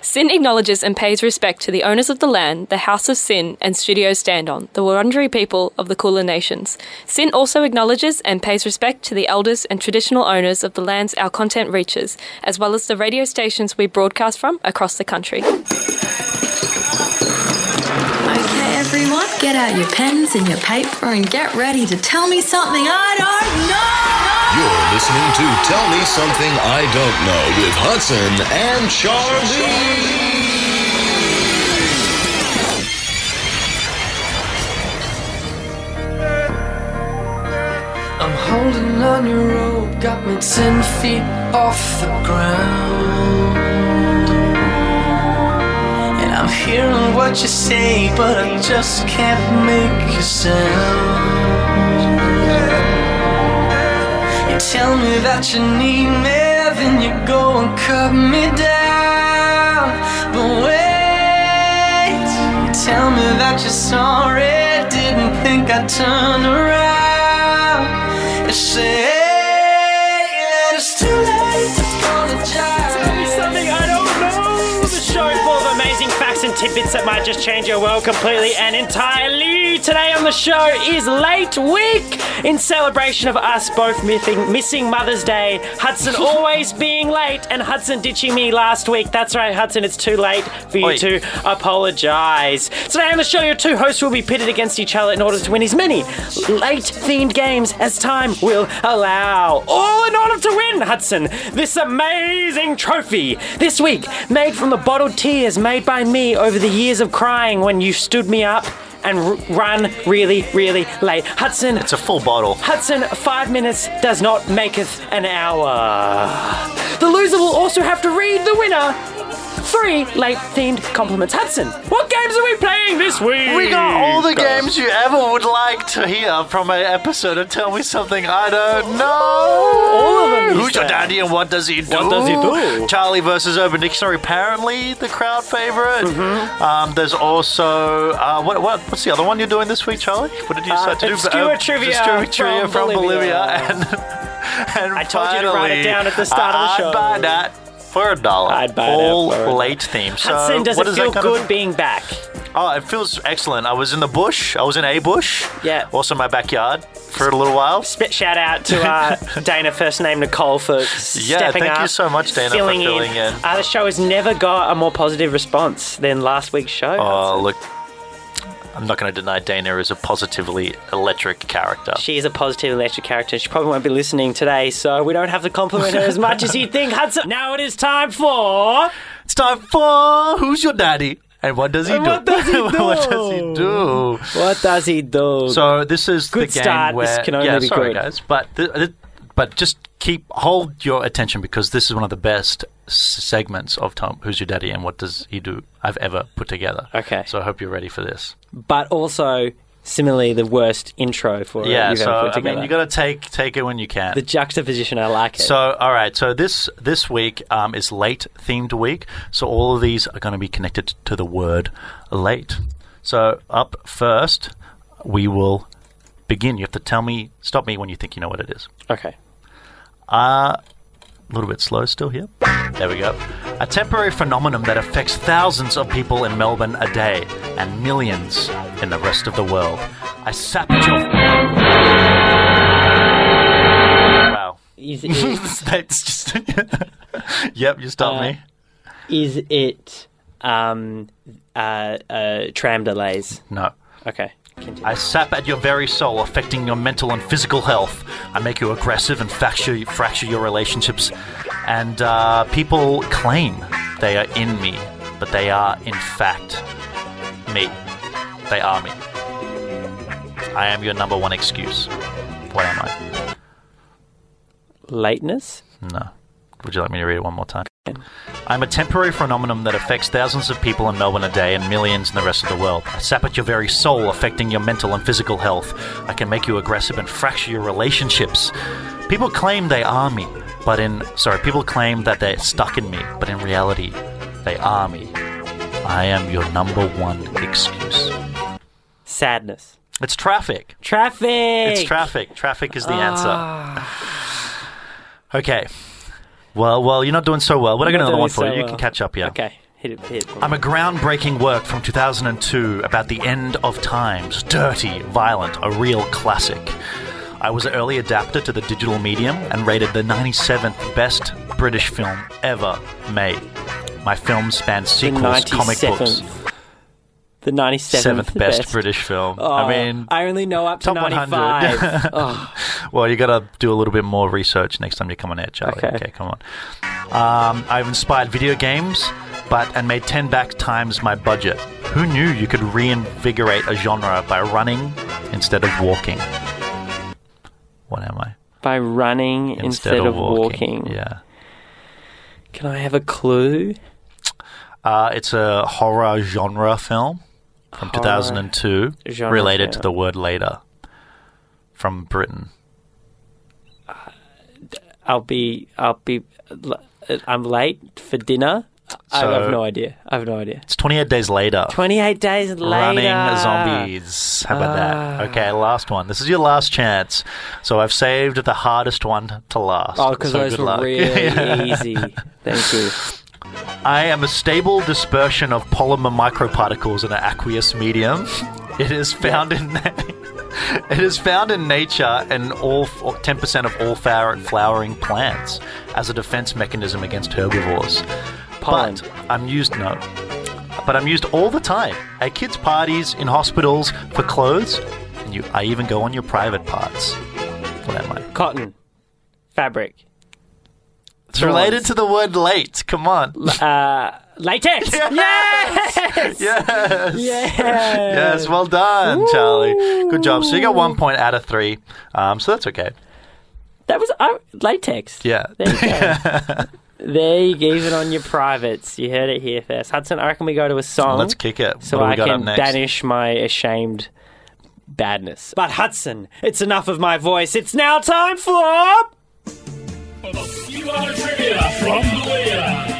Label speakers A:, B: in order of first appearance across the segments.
A: Sin acknowledges and pays respect to the owners of the land, the House of Sin and Studio Standon, the Wurundjeri people of the Kulin Nations. Sin also acknowledges and pays respect to the elders and traditional owners of the lands our content reaches, as well as the radio stations we broadcast from across the country.
B: Okay, everyone, get out your pens and your paper and get ready to tell me something I don't know.
C: You're listening to Tell Me Something I Don't Know with Hudson and Charlie.
D: I'm holding on your rope, got me ten feet off the ground. And I'm hearing what you say, but I just can't make a sound. You tell me that you need me, then you go and cut me down. But wait, you tell me that you're sorry, didn't think I'd turn around. You say, that it's too late to apologize.
E: Something I don't know. The show full of amazing facts and tidbits that might just change your world completely and entirely. Today on the show is Late Week in celebration of us both missing, missing Mother's Day. Hudson always being late and Hudson ditching me last week. That's right, Hudson. It's too late for you
D: Oi.
E: to apologise. Today on the show, your two hosts will be pitted against each other in order to win as many late themed games as time will allow. All in order to win, Hudson, this amazing trophy. This week, made from the bottled tears made by me over the years of crying when you stood me up and r- run really, really late. Hudson,
F: It's a full bottle.
E: Hudson, five minutes does not maketh an hour. The loser will also have to read the winner three late themed compliments. Hudson, what games are we playing this week?
F: We got all the games you ever would like to hear from an episode of Tell Me Something I Don't Know. All
E: of them, you
F: Who's your
E: say.
F: daddy and what does he do?
E: What does he do?
F: Charlie versus Urban Dictionary, apparently the crowd favorite.
E: Mm-hmm.
F: Um, there's also uh, what, what what's the other one you're doing this week, Charlie? What did you
E: Uh,
F: decide to do?
E: obscure trivia
F: obscure trivia
E: from
F: from, Bolivia.
E: Bolivia.
F: And, and
E: I told you to write it down at the start of the
F: I'd
E: show.
F: buy that. For a dollar,
E: I'd buy that
F: all
E: for a dollar.
F: late themes. So
E: Hudson, does
F: what that
E: it feel
F: kind of-
E: good being back?
F: Oh, it feels excellent. I was in the bush. I was in a bush.
E: Yeah.
F: Also, my backyard for a little while.
E: Spit shout out to uh, Dana, first name Nicole, for
F: Yeah,
E: stepping
F: thank
E: up.
F: you so much, Dana, for
E: filling
F: filling in.
E: Uh, the show has never got a more positive response than last week's show.
F: Oh,
E: Hudson.
F: look. I'm not going to deny Dana is a positively electric character.
E: She is a positive electric character. She probably won't be listening today, so we don't have to compliment her as much as you think, Hudson. Now it is time for.
F: It's time for Who's Your Daddy? And what does he
E: And
F: do?
E: what does he
F: what does
E: do?
F: he do?
E: What does he do?
F: So this is
E: Good
F: the game
E: start.
F: where
E: This can only
F: yeah,
E: be
F: sorry
E: good.
F: guys, but th- th- but just keep hold your attention because this is one of the best s- segments of Tom, Who's Your Daddy, and What Does He Do? I've ever put together.
E: Okay.
F: so I hope you're ready for this.
E: but also, similarly, the worst intro for it
F: yeah,
E: you've
F: so
E: ever put
F: I
E: together.
F: mean, you got to take take it when you can.
E: the juxtaposition, I like it.
F: So, all right. So this this week um, is late themed week. So all of these are going to be connected to the word late. So up first, we will begin. You have to tell me, stop me when you think you know what it is.
E: okay.
F: A little bit slow still here. There we go. A temporary phenomenon that affects thousands of people in Melbourne a day and millions in the rest of the world. I sapped your. Wow.
E: Is it,
F: That's just. yep, you stopped
E: Uh,
F: me.
E: is it um, uh, uh, tram delays?
F: No.
E: Okay. Continue.
F: I sap at your very soul, affecting your mental and physical health. I make you aggressive and fracture, fracture your relationships. And uh, people claim they are in me, but they are, in fact, me. They are me. I am your number one excuse. What am I?
E: Lateness?
F: No. Would you like me to read it one more time? I'm a temporary phenomenon that affects thousands of people in Melbourne a day and millions in the rest of the world. I sap at your very soul, affecting your mental and physical health. I can make you aggressive and fracture your relationships. People claim they are me, but in. Sorry, people claim that they're stuck in me, but in reality, they are me. I am your number one excuse.
E: Sadness.
F: It's traffic.
E: Traffic!
F: It's traffic. Traffic is the answer.
E: Ah.
F: Okay. Well, well, you're not doing so well. We're
E: You're
F: going to another
E: not doing
F: one for
E: so
F: you. You
E: well.
F: can catch up, yeah.
E: Okay. Hit it, hit it.
F: I'm a groundbreaking work from 2002 about the end of times. Dirty, violent, a real classic. I was an early adapter to the digital medium and rated the 97th best British film ever made. My film spanned
E: the
F: sequels, comic
E: 97th.
F: books.
E: The 97th.
F: Seventh best, British film. I
E: Oh,
F: mean,
E: I only know up to
F: top 100.
E: 95. oh,
F: Well, you got to do a little bit more research next time you come on air, Charlie.
E: Okay.
F: Okay, come on. Um, I've inspired video games, but and made ten back times my budget. Who knew you could reinvigorate a genre by running instead of walking? What am I?
E: by running instead, of walking.
F: Yeah.
E: Can I have a clue?
F: Uh, it's a horror genre film from 2002,
E: genre
F: related to
E: film.
F: the word later, from Britain.
E: I'll be. I'll be. I'm late for dinner. I
F: So-
E: have no idea. I have no idea.
F: It's 28 days later.
E: 28 days later. Ah.
F: Running zombies. How about that? Okay, last one. This is your last chance. So I've saved the hardest one to last.
E: Oh, because
F: so
E: those
F: good
E: were
F: luck.
E: really easy. Thank you.
F: I am a stable dispersion of polymer microparticles in an aqueous medium. It is found in. It is found in nature and all ten percent of all flower, flowering plants as a defense mechanism against herbivores.
E: Pollen.
F: But I'm used no. But I'm used all the time at kids' parties, in hospitals, for clothes. And you, I even go on your private parts. What am I?
E: Cotton. Fabric.
F: It's related
E: Thorns.
F: to the word late. Come on.
E: Latex!
F: yes.
E: Yes! Yeah!
F: Yes, well done, Charlie. Good job. So you got one point out of three. Um, so that's okay.
E: That was uh, latex.
F: Yeah.
E: There you go. there you go. Even on your privates. You heard it here first. Hudson, I reckon we go to a song.
F: Let's kick it.
E: so
F: what do we
E: I
F: got
E: can
F: up next?
E: banish my ashamed badness. But Hudson, it's enough of my voice. It's now time for.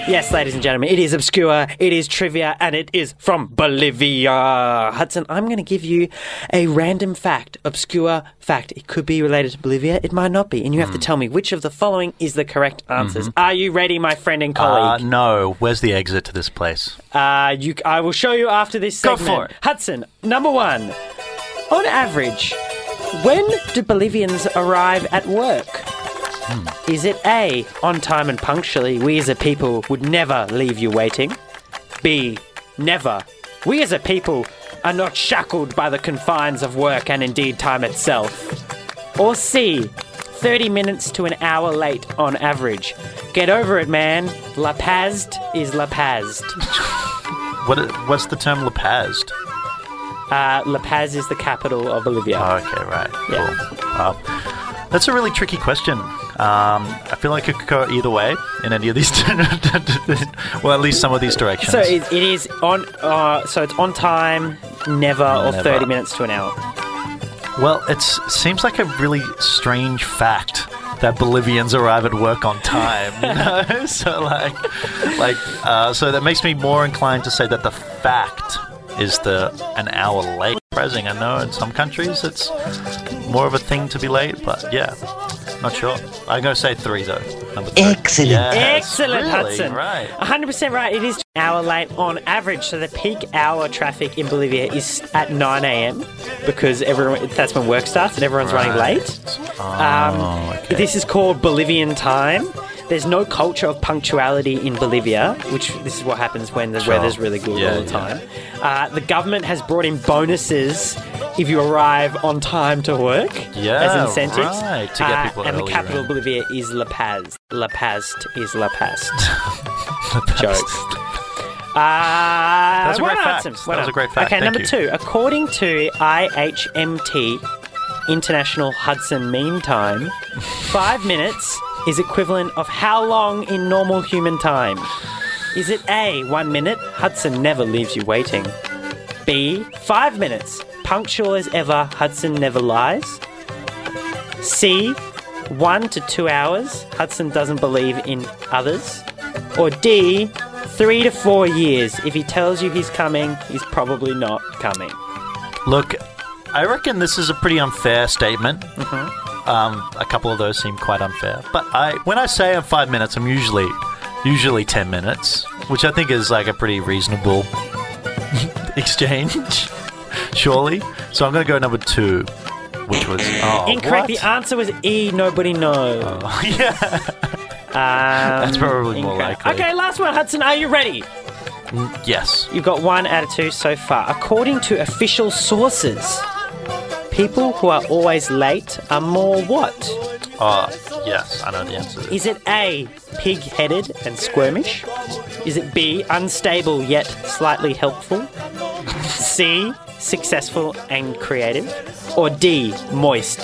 E: Yes, ladies and gentlemen, it is obscure, it is trivia, and it is from Bolivia. Hudson, I'm going to give you a random fact, obscure fact. It could be related to Bolivia, it might not be, and you
F: Hmm.
E: have to tell me which of the following is the correct answers. Are you ready, my friend and
F: Mm-hmm. Uh,
E: colleague?
F: no, where's the exit to this place?
E: Uh, you, I will show you after this
F: Go
E: segment.
F: for it.
E: Hudson, number one. On average, when do Bolivians arrive at work?
F: Hmm.
E: Is it A, on time and punctually, we as a people would never leave you waiting? B, never. We as a people are not shackled by the confines of work and indeed time itself. Or C, 30 minutes to an hour late on average. Get over it, man. La Paz is La Paz.
F: What, what's the term lapazed?
E: Uh, La Paz is the capital of Bolivia.
F: Oh, okay, right.
E: Yeah.
F: Cool. Wow. That's a really tricky question. Um, I feel like it could go either way in any of these, well, at least some of these directions.
E: so it, it is on. Uh, so it's on time, never, or
F: Never.
E: thirty minutes to an hour.
F: Well, it seems like a really strange fact that Bolivians arrive at work on time. You know? so like, like, uh, so that makes me more inclined to say that the fact is the an hour late. Surprising, I know in some countries it's more of a thing to be late, but yeah, not sure. I'm gonna say three though. Number three.
G: Excellent.
F: Yes,
E: Excellent,
F: really,
E: Hudson.
F: Right.
E: 100% right. It is an hour late on average. So the peak hour traffic in Bolivia is at 9 a.m. because everyone that's when work starts and everyone's running
F: Right.
E: late.
F: Oh, okay.
E: Um, This is called Bolivian time. There's no culture of punctuality in Bolivia, which this is what happens when the
F: Sure.
E: weather's really good
F: Yeah,
E: all the
F: yeah.
E: time. Uh, the government has brought in bonuses if you arrive on time to work
F: Yeah,
E: as incentives.
F: right, to get
E: Uh,
F: people
E: and the
F: earlier
E: capital
F: in.
E: of Bolivia is La Paz. La Paz is La Paz.
F: Jokes.
E: Uh,
F: That's a great
E: well
F: fact.
E: done, Hudson.
F: That
E: Well
F: was a
E: done.
F: great fact.
E: Okay,
F: Thank
E: number
F: you.
E: two. According to IHMT, International Hudson Mean Time, five minutes is equivalent of how long in normal human time? Is it A, one minute, Hudson never leaves you waiting? B, five minutes, punctual as ever, Hudson never lies? C, one to two hours, Hudson doesn't believe in others? Or D, three to four years. If he tells you he's coming, he's probably not coming.
F: Look, I reckon this is a pretty unfair statement. Um, a couple of those seem quite unfair, but I when I say I'm five minutes, I'm usually usually ten minutes. which I think is like a pretty reasonable exchange, surely. So I'm going to go number two, which was oh,
E: Incorrect.
F: what?
E: The answer was E. Nobody knows.
F: yeah, that's probably more
E: Incorrect.
F: likely.
E: Okay, last one, Hudson. Are you ready?
F: Yes.
E: You've got one out of two so far. According to official sources, people who are always late are more what?
F: Uh, yes. I know the answer. to this.
E: Is it A, pig headed and squirmish? Is it B, unstable yet slightly helpful? C, successful and creative? Or D, moist?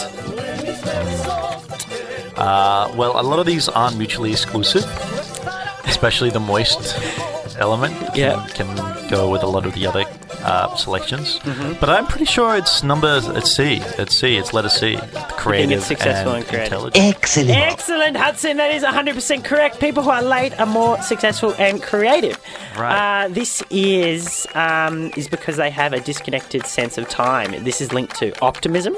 F: Uh, well, a lot of these aren't mutually exclusive, especially the moist element. It
E: Yeah.
F: Can, can go with a lot of the other uh, selections.
E: Mm-hmm.
F: But I'm pretty sure it's number, it's C. It's C. It's letter C. Creative
E: successful
F: and,
E: and creative.
F: intelligent.
E: Excellent, Hudson. That is 100% correct. People who are late are more successful and creative.
F: Right.
E: Uh, this is um, is because they have a disconnected sense of time. This is linked to optimism.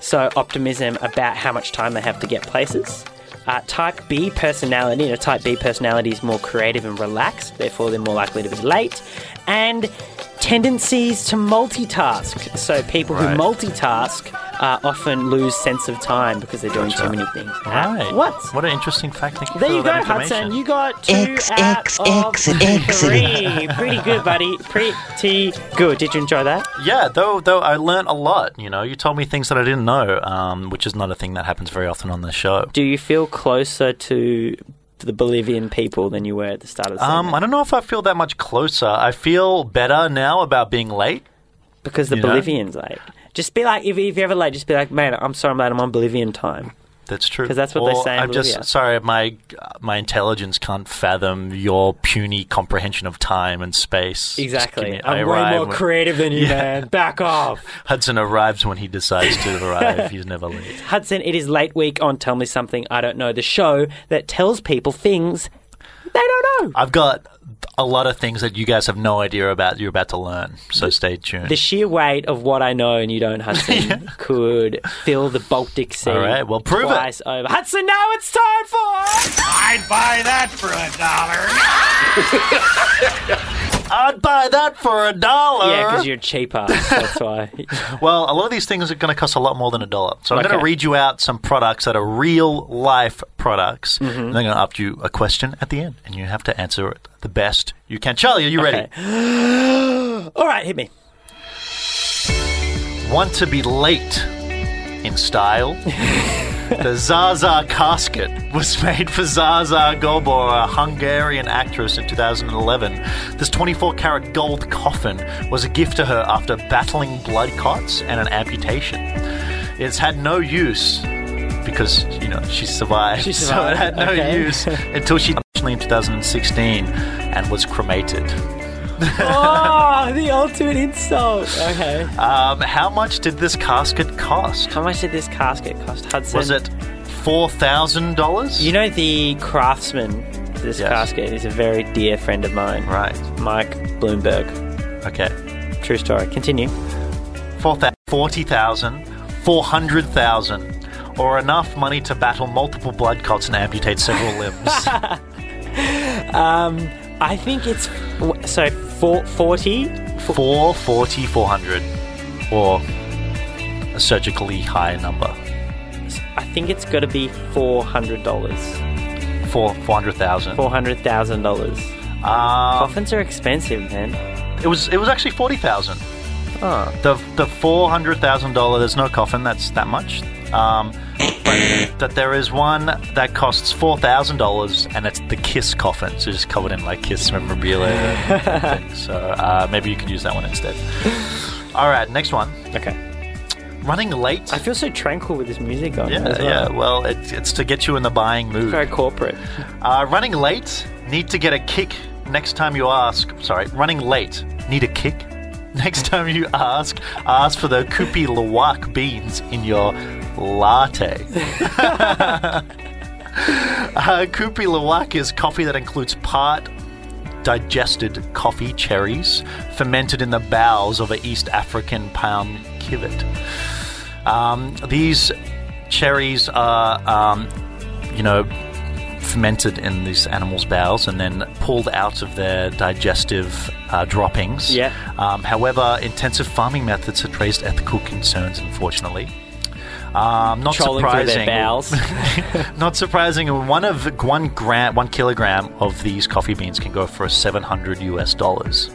E: So optimism about how much time they have to get places. Uh, type B personality. You know, type B personality is more creative and relaxed. Therefore, they're more likely to be late. And tendencies to multitask. So people
F: Right.
E: who multitask uh, often lose sense of time because they're doing too many things. at
F: Right.
E: once.
F: What an interesting fact. Thank you
E: There
F: for
E: you
F: all
E: go,
F: that information.
E: Hudson. You got two
G: X,
E: out
G: X,
E: of
G: X, X.
E: three. Pretty good, buddy. Pretty good. Did you enjoy that?
F: Yeah, though though I learnt a lot. You know, you told me things that I didn't know, um, which is not a thing that happens very often on the show.
E: Do you feel closer to the Bolivian people than you were at the start of the
F: Um, I don't know if I feel that much closer. I feel better now about being late.
E: because the
F: you know?
E: Bolivians like just be like if, if you're ever late, just be like, mate, I'm sorry, I'm late. I'm on Bolivian time.
F: That's true.
E: 'Cause that's what they
F: Or
E: say in
F: I'm
E: Bolivia.
F: just sorry, my my intelligence can't fathom your puny comprehension of time and space. Just give me- I
E: I'm way
F: arrive
E: more
F: when-
E: creative than you,
F: Yeah.
E: man. Back off.
F: Hudson arrives when he decides to arrive. He's never late.
E: Hudson, it is late week on Tell Me Something I Don't Know, the show that tells people things they don't know.
F: I've got a lot of things that you guys have no idea about. You're about to learn, so stay tuned.
E: The sheer weight of what I know and you don't, Hudson, could fill the Baltic Sea.
F: All right, well, prove it.
E: twice over. Hudson, now it's time for.
H: I'd buy that for a dollar.
F: I'd buy that for a dollar.
E: Yeah, because you're cheaper. That's why.
F: Well, a lot of these things are going to cost a lot more than a dollar. So I'm going
E: Okay.
F: to read you out some products that are real life products. And I'm going to ask you a question at the end, and you have to answer it the best you can. Charlie, are you ready?
E: All right, hit me.
F: Want to be late in style? the Zaza casket was made for Zaza Gobor, a Hungarian actress in 2011. This 24 karat gold coffin was a gift to her after battling blood clots and an amputation. It's had no use because, you know, she survived.
E: She
F: So it had
E: survived,
F: no
E: okay.
F: use until she died in 2016 and was cremated.
E: Oh, the ultimate insult. Okay.
F: Um, how much did this casket cost?
E: How much did this casket cost, Hudson?
F: Was it four thousand dollars?
E: You know, the craftsman to this
F: Yes.
E: casket is a very dear friend of mine,
F: right.
E: Mike Bloomberg.
F: Okay.
E: True story. Continue.
F: Four thousand, forty thousand, four hundred thousand, or enough money to battle multiple blood clots and amputate several limbs.
E: I think it's w- so four, 40
F: Four forty, four hundred, or a surgically high number.
E: I think it's got to be four hundred dollars,
F: Four four hundred thousand.
E: four hundred thousand dollars.
F: Um,
E: Coffins are expensive, man.
F: it was it was actually forty thousand.
E: Oh,
F: The the four hundred thousand dollar. There's no coffin. That's that much. Um, but that there is one that costs four thousand dollars, and it's the Kiss coffin. So it's covered in like Kiss memorabilia. and things. so uh, maybe you could use that one instead. All right, next one.
E: okay.
F: Running late.
E: I feel so tranquil with this music on.
F: yeah,
E: as well.
F: yeah. Well, it, it's to get you in the buying mood.
E: Very corporate.
F: Uh, running late. Need to get a kick next time you ask. Sorry, running late. Need a kick next time you ask. Ask for the Kupi Luwak beans in your latte. uh, Kupi Luwak is coffee that includes part digested coffee cherries fermented in the bowels of an East African palm civet. Um, these cherries are, um, you know, fermented in these animals' bowels and then pulled out of their digestive uh, droppings.
E: Yeah.
F: Um, however, intensive farming methods had raised ethical concerns, unfortunately. Um, not
E: Trolling through
F: surprising.
E: their bowels.
F: Not surprising, one of one gram, one kilogram of these coffee beans can go for 700 US dollars.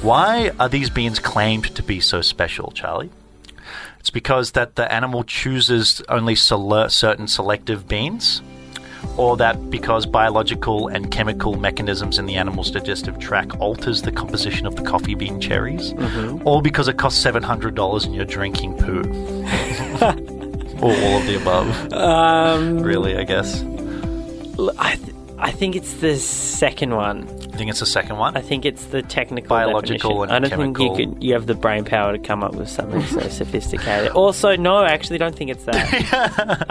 F: Why are these beans claimed to be so special, Charlie? It's because that the animal chooses only sele- certain selective beans, or that because biological and chemical mechanisms in the animal's digestive tract alters the composition of the coffee bean cherries, or because it costs seven hundred dollars and you're drinking poo, or all of the above. Um, really, I guess.
E: L- I, th- I think it's the second one.
F: I think it's the second one.
E: I think it's the technical
F: Biological
E: definition.
F: and
E: I don't think you
F: chemical.
E: could. You have the brain power to come up with something so sophisticated. Also, no, I actually don't think it's that.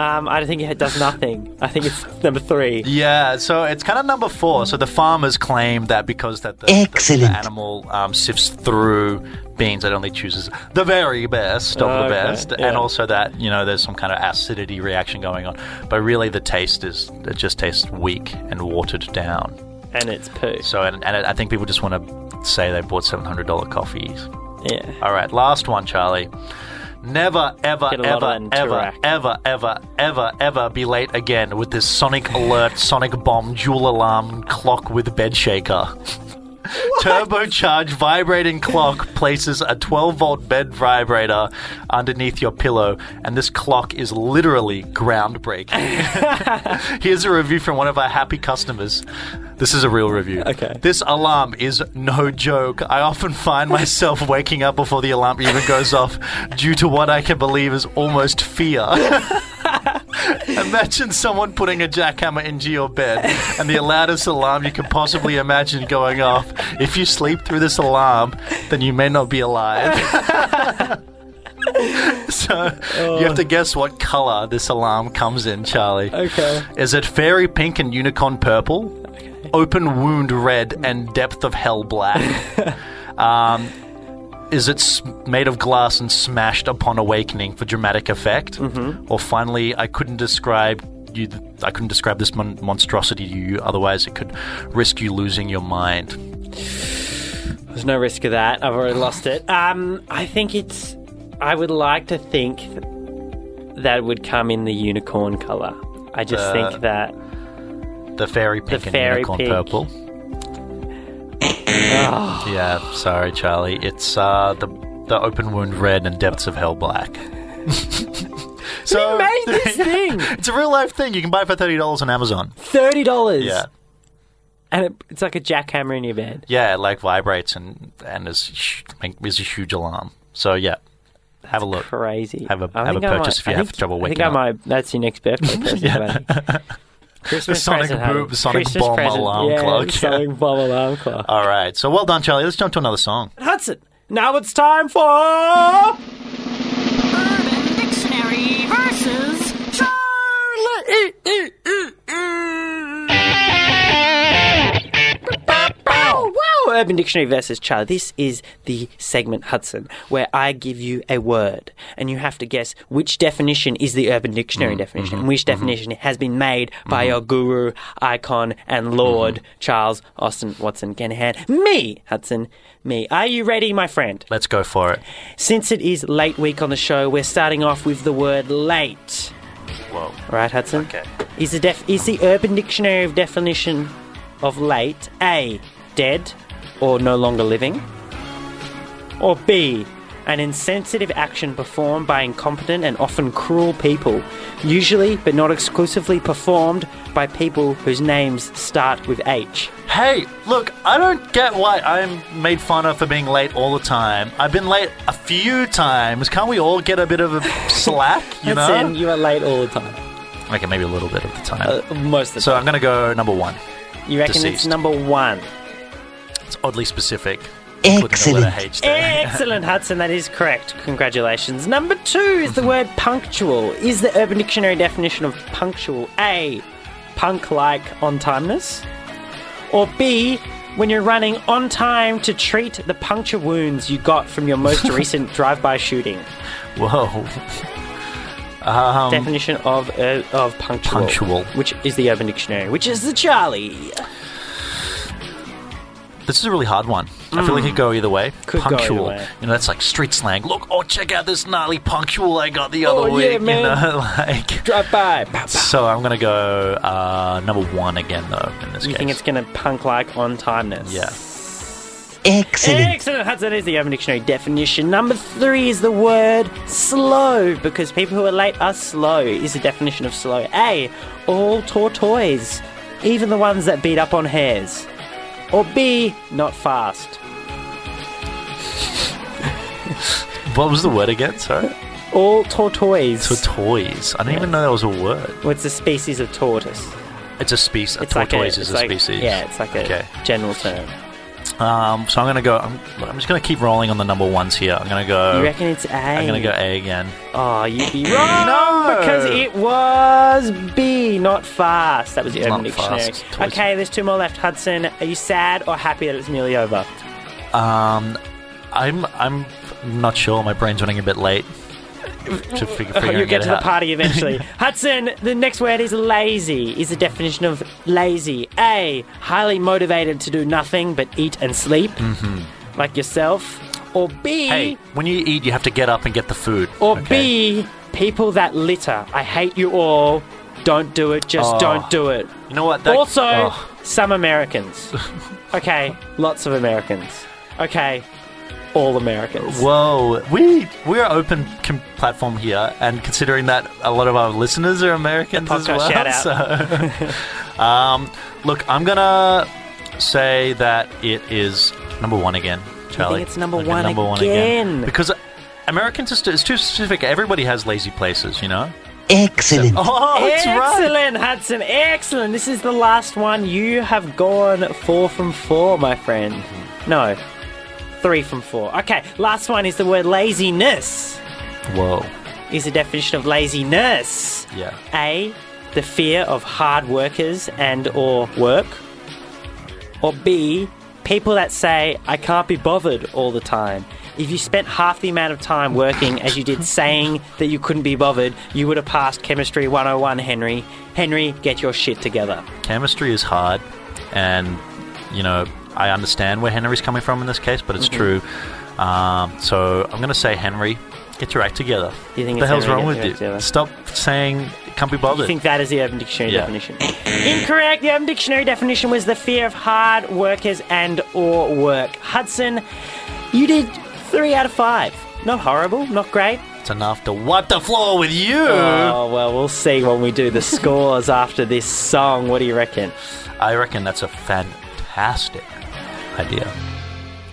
E: um, I think it does nothing. I think it's number three.
F: Yeah, so it's kind of number four. So the farmers claim that because that the, the-
G: Excellent.
F: the animal um, sifts through beans, it only chooses the very best of
E: Okay,
F: the best,
E: yeah.
F: and also that you know there's some kind of acidity reaction going on. But really, the taste is it just tastes weak and watered down.
E: and it's poo.
F: So and, and I think people just want to say they bought seven hundred dollar coffees.
E: Yeah.
F: All right, last one, Charlie. Never, ever,
E: Get a lot
F: ever,
E: of that in
F: ever,
E: Turak.
F: ever, ever, ever, ever be late again with this sonic alert, sonic bomb, dual alarm clock with bed shaker. Turbocharged vibrating clock places a 12 volt bed vibrator underneath your pillow, and this clock is literally groundbreaking. Here's a review from one of our happy customers. This is a real review.
E: Okay.
F: This alarm is no joke. I often find myself waking up before the alarm even goes off due to what I can believe is almost fear. imagine someone putting a jackhammer into your bed and the loudest alarm you can possibly imagine going off. If you sleep through this alarm, then you may not be alive. so you have to guess what color this alarm comes in, Charlie.
E: Okay.
F: Is it fairy pink and unicorn purple? Open wound red and depth of hell black. um, is it s- made of glass and smashed upon awakening for dramatic effect?
E: Mm-hmm.
F: Or finally, I couldn't describe you. Th- I couldn't describe this mon- monstrosity to you. Otherwise, it could risk you losing your mind.
E: There's no risk of that. I've already lost it. Um, I think it's. I would like to think th- that it would come in the unicorn color. I just
F: The-
E: think that.
F: The fairy pink
E: fairy
F: and unicorn
E: pink.
F: purple. yeah, sorry, Charlie. It's uh, the the open wound red and depths of hell black. so
E: Made this thing
F: It's a real life thing. You can buy it for thirty dollars on Amazon.
E: thirty dollars.
F: Yeah,
E: and it, it's like a jackhammer in your bed.
F: yeah. It like vibrates and and is hu- like, is a huge alarm. So yeah, have a look.
E: Crazy.
F: Have a-
E: I
F: have a
E: think I
F: purchase
E: might-
F: if you
E: I
F: have
E: think-
F: trouble
E: I
F: waking
E: think
F: up.
E: I might. That's your next birthday present. buddy.
F: The
E: Christmas
F: sonic
E: present, honey.
F: boom, sonic
E: Christmas
F: bomb
E: present.
F: alarm
E: yeah,
F: clock.
E: Sonic bomb alarm clock.
F: All right. So well done, Charlie. Let's jump to another song.
E: Hudson. Now it's time for.
I: Urban Dictionary versus Charlie.
E: Wow, wow, Urban Dictionary versus Charlie. This is the segment Hudson, where I give you a word and you have to guess which definition is the Urban Dictionary definition and which definition has been made by your guru, icon, and lord, Charles Austin Watson Ganahan. Me, Hudson, me. Are you ready, my friend?
F: Let's go for it.
E: Since it is late week on the show, we're starting off with the word late.
F: Whoa.
E: Right, Hudson?
F: Okay.
E: Is the, def- is the Urban Dictionary of definition of late A, dead or no longer living? Or B, an insensitive action performed by incompetent and often cruel people, usually but not exclusively performed by people whose names start with H?
F: Hey, look, I don't get why I'm made fun of for being late all the time. I've been late a few times. Can't we all get a bit of a slack? You
E: Hudson,
F: know?
E: you are late all the time. Uh,
F: Okay, maybe a little bit of the time.
E: Most of the
F: so I'm gonna go number one.
E: time. You reckon it's
F: deceased.
E: number one?
F: It's oddly specific. Putting the
G: Excellent.
F: letter H there.
E: Excellent, Hudson. That is correct. Congratulations. Number two is the word punctual. Is the Urban Dictionary definition of punctual A, punk like on timeness? Or B, when you're running on time to treat the puncture wounds you got from your most recent drive by shooting?
F: Whoa.
E: definition of uh, of punctual,
F: Punctual.
E: which is the Urban Dictionary, which is the Charlie.
F: This is a really hard one. I feel like it could go either way.
E: Could go either
F: punctual.
E: way.
F: You know, that's like street slang. Look, oh, check out this gnarly punctual I got the other
E: Oh,
F: week.
E: yeah, man.
F: You know, like.
E: Drive by. Pow, pow.
F: So I'm gonna go uh, number one again, though. In this
E: You
F: case,
E: think it's gonna punk like on timeness?
F: yeah.
E: Excellent. Excellent. Hudson That is the Urban Dictionary definition. Number three is the word slow, because people who are late are slow, is the definition of slow. A. All tortoise, even the ones that beat up on hares. Or B. Not fast.
F: What was the word again? Sorry.
E: All tortoise.
F: For toys. I didn't even know that was a word.
E: What's a species of tortoise?
F: It's a species. A
E: It's
F: tortoise
E: like a,
F: is
E: it's
F: a
E: like-
F: species.
E: Yeah, it's like a
F: Okay.
E: general term.
F: Um, so I'm gonna go. I'm, I'm just gonna keep rolling on the number ones here. I'm gonna go.
E: You reckon it's A?
F: Oh. I'm gonna go A again.
E: Oh, you'd be wrong because
F: Oh.
E: it was B, not fast. That was the
F: It's
E: Urban
F: not
E: Dictionary.
F: fast. Toys.
E: Okay, there's two more left. Hudson, are you sad or happy that it's nearly over?
F: Um, I'm I'm not sure. My brain's running a bit late to figure,
E: Oh,
F: figuring
E: you'll get
F: it
E: to the
F: out.
E: party eventually. Hudson, the next word is lazy. Is the definition of lazy A, highly motivated to do nothing but eat and sleep, like yourself, or B,
F: Mm-hmm. Hey, when you eat, you have to get up and get the food.
E: or
F: okay?
E: B, people that litter. I hate you all. Don't do it. Just
F: Oh.
E: don't do it.
F: You know what? That,
E: also,
F: oh.
E: some Americans. okay, lots of Americans. Okay, all Americans.
F: Whoa, we we're open com- platform here, and considering that a lot of our listeners are Americans as
E: podcast
F: well,
E: shout out.
F: so- um, look, I'm gonna say that it is number one again, Charlie.
E: it's number
F: Like a
E: one
F: number one
E: again?
F: again because Americans is too, it's too specific. Everybody has lazy places, you know. Excellent. Oh, that's right.
E: excellent, Hudson. Excellent. This is the last one. You have gone four from four, my friend. No, three from four. Okay, last one is the word laziness.
F: Whoa,
E: Is the definition of laziness.
F: yeah.
E: A, the fear of hard workers and or work. Or B, people that say I can't be bothered all the time. If you spent half the amount of time working as you did saying that you couldn't be bothered, you would have passed chemistry 101, Henry. Henry, get your shit together.
F: chemistry is hard and you know i understand where henry's coming from in this case but it's
E: Mm-hmm.
F: true um, so i'm going to say henry get your act together
E: You think
F: the
E: it's
F: hell's
E: Henry,
F: wrong with
E: get your
F: you
E: act together?
F: stop saying can't be bothered
E: You think that is the Urban Dictionary
F: Yeah.
E: definition? Incorrect. The Urban Dictionary definition was the fear of hard workers and or work. Hudson, you did three out of five. Not horrible, not great,
F: it's enough to wipe the floor with you
E: Oh, well, we'll see when we do the scores after this song. What do you reckon?
F: i reckon that's a fantastic idea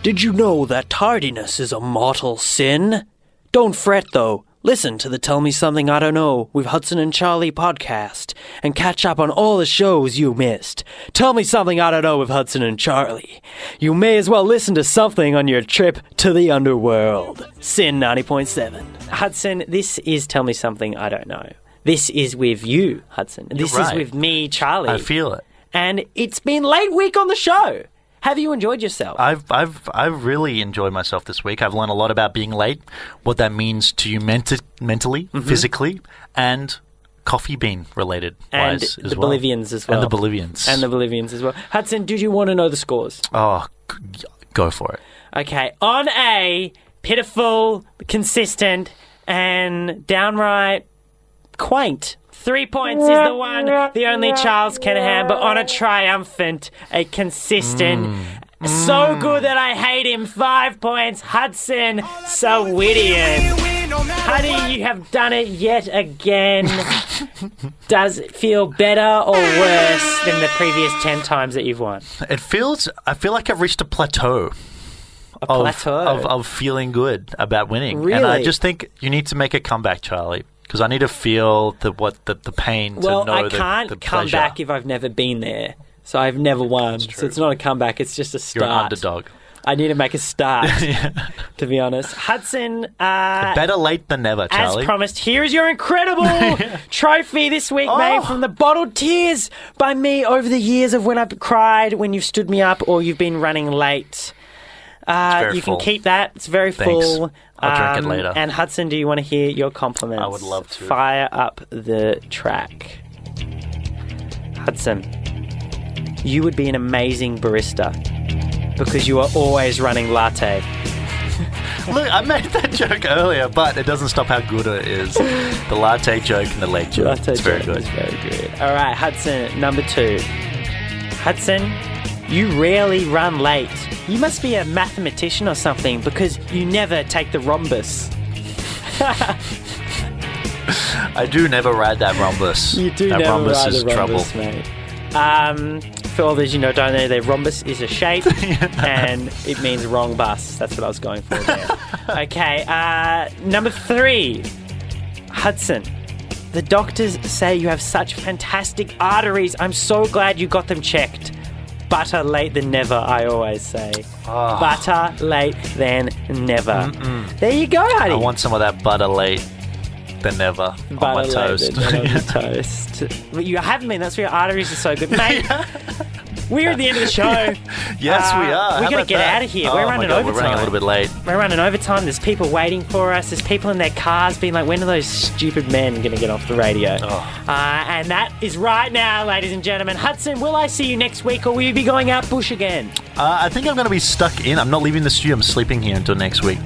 E: Did you know that tardiness is a mortal sin? Don't fret, though. Listen to the Tell Me Something I Don't Know with Hudson and Charlie podcast and catch up on all the shows you missed. Tell Me Something I Don't Know with Hudson and Charlie. You may as well listen to something on your trip to the underworld. Sin 90.7. Hudson, this is Tell Me Something I Don't Know. This is with you, Hudson. This is
F: right.
E: with me, Charlie.
F: i feel it
E: and it's been late week on the show. Have you enjoyed yourself?
F: I've, I've, I've really enjoyed myself this week. I've learned a lot about being late, what that means to you menti- mentally,
E: Mm-hmm.
F: physically, and coffee bean related
E: and
F: wise as
E: the
F: well.
E: Bolivians as well.
F: And the Bolivians.
E: And the Bolivians as well. Hudson, did you want to know the scores?
F: Oh, g- go for it.
E: Okay, on a pitiful, consistent, and downright quaint. Three points is the one, the only Charles can have, but on a triumphant, a consistent, so good that I hate him. Five points, Hudson Sawidian. Honey, you have done it yet again. Does it feel better or worse than the previous 10 times that you've won?
F: It feels. I feel like I've reached a plateau. A of,
E: plateau.
F: of of feeling good about winning, and I
E: Really?
F: just think you need to make a comeback, Charlie, because I need to feel the what the, the pain
E: Well,
F: to know
E: I
F: the-
E: can't
F: the
E: come
F: pleasure.
E: back if I've never been there. So I've never won. So it's not a comeback. It's just a
F: You're
E: start.
F: an underdog.
E: I need to make a start, to be honest. Hudson, uh,
F: Better late than never,
E: as
F: Charlie.
E: promised, here is your incredible trophy this week, made
F: Oh.
E: from the bottled tears by me over the years of when I've cried, when you've stood me up, or you've been running late. Uh,
F: very
E: you
F: full.
E: can keep that. It's very
F: Thanks.
E: full. Um,
F: I'll drink it later.
E: And Hudson, do you want to hear your compliments?
F: I would love to.
E: Fire up the track. Hudson, you would be an amazing barista because you are always running latte.
F: Look, I made that joke earlier, but it doesn't stop how good it is. The latte joke and the leg joke.
E: Latte
F: it's very
E: joke
F: good.
E: is very good. All right, Hudson, number two. Hudson, you rarely run late. You must be a mathematician or something because you never take the rhombus.
F: I do never ride that rhombus.
E: You do
F: that
E: never
F: rhombus
E: ride
F: is
E: a rhombus,
F: trouble.
E: mate. Um, for all those you know don't know, the rhombus is a shape, and it means wrong bus. That's what I was going for there. okay, uh, number three, Hudson. The doctors say you have such fantastic arteries. I'm so glad you got them checked. Better late than never, I always say.
F: Ah.
E: Better late than never. There you go, honey.
F: I want some of that butter late than never on my
E: Butter
F: toast.
E: laden on your toast. But you haven't been. That's why your arteries are so good, mate. We're at the end of the show.
F: yes,
E: Uh,
F: we are.
E: we
F: How
E: gotta
F: about
E: get
F: that?
E: outta here.
F: Oh,
E: We're
F: my
E: running
F: God, We're
E: overtime.
F: running a little bit late.
E: We're running overtime. There's people waiting for us. There's people in their cars being like, "When are those stupid men going to get off the radio?" Uh, and that is right now, ladies and gentlemen. Hudson, will I see you next week, or will you be going out bush again?
F: Uh, I think I'm going to be stuck in. I'm not leaving the studio. I'm sleeping here until next week.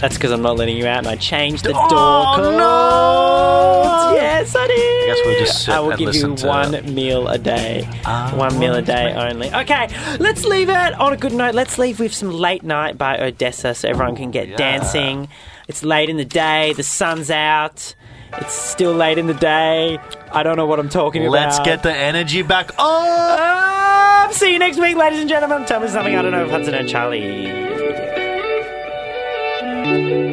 E: That's because I'm not letting you out, and I changed the
F: Oh,
E: door code.
F: no!
E: Yes, I did. I
F: Oh, guess we'll just sit
E: I will
F: and
E: give you
F: listen to- Ah,
E: one meal a day. one meal a day only. Okay, let's leave it on a good note. Let's leave with some late night by Odessa, so everyone can get dancing. It's late in the day. The sun's out. It's still late in the day. I don't know what I'm talking
F: Let's
E: about. Ah,
F: get the energy back on.
E: up. See you next week, ladies and gentlemen. Tell me something I don't know of Hudson and Charlie.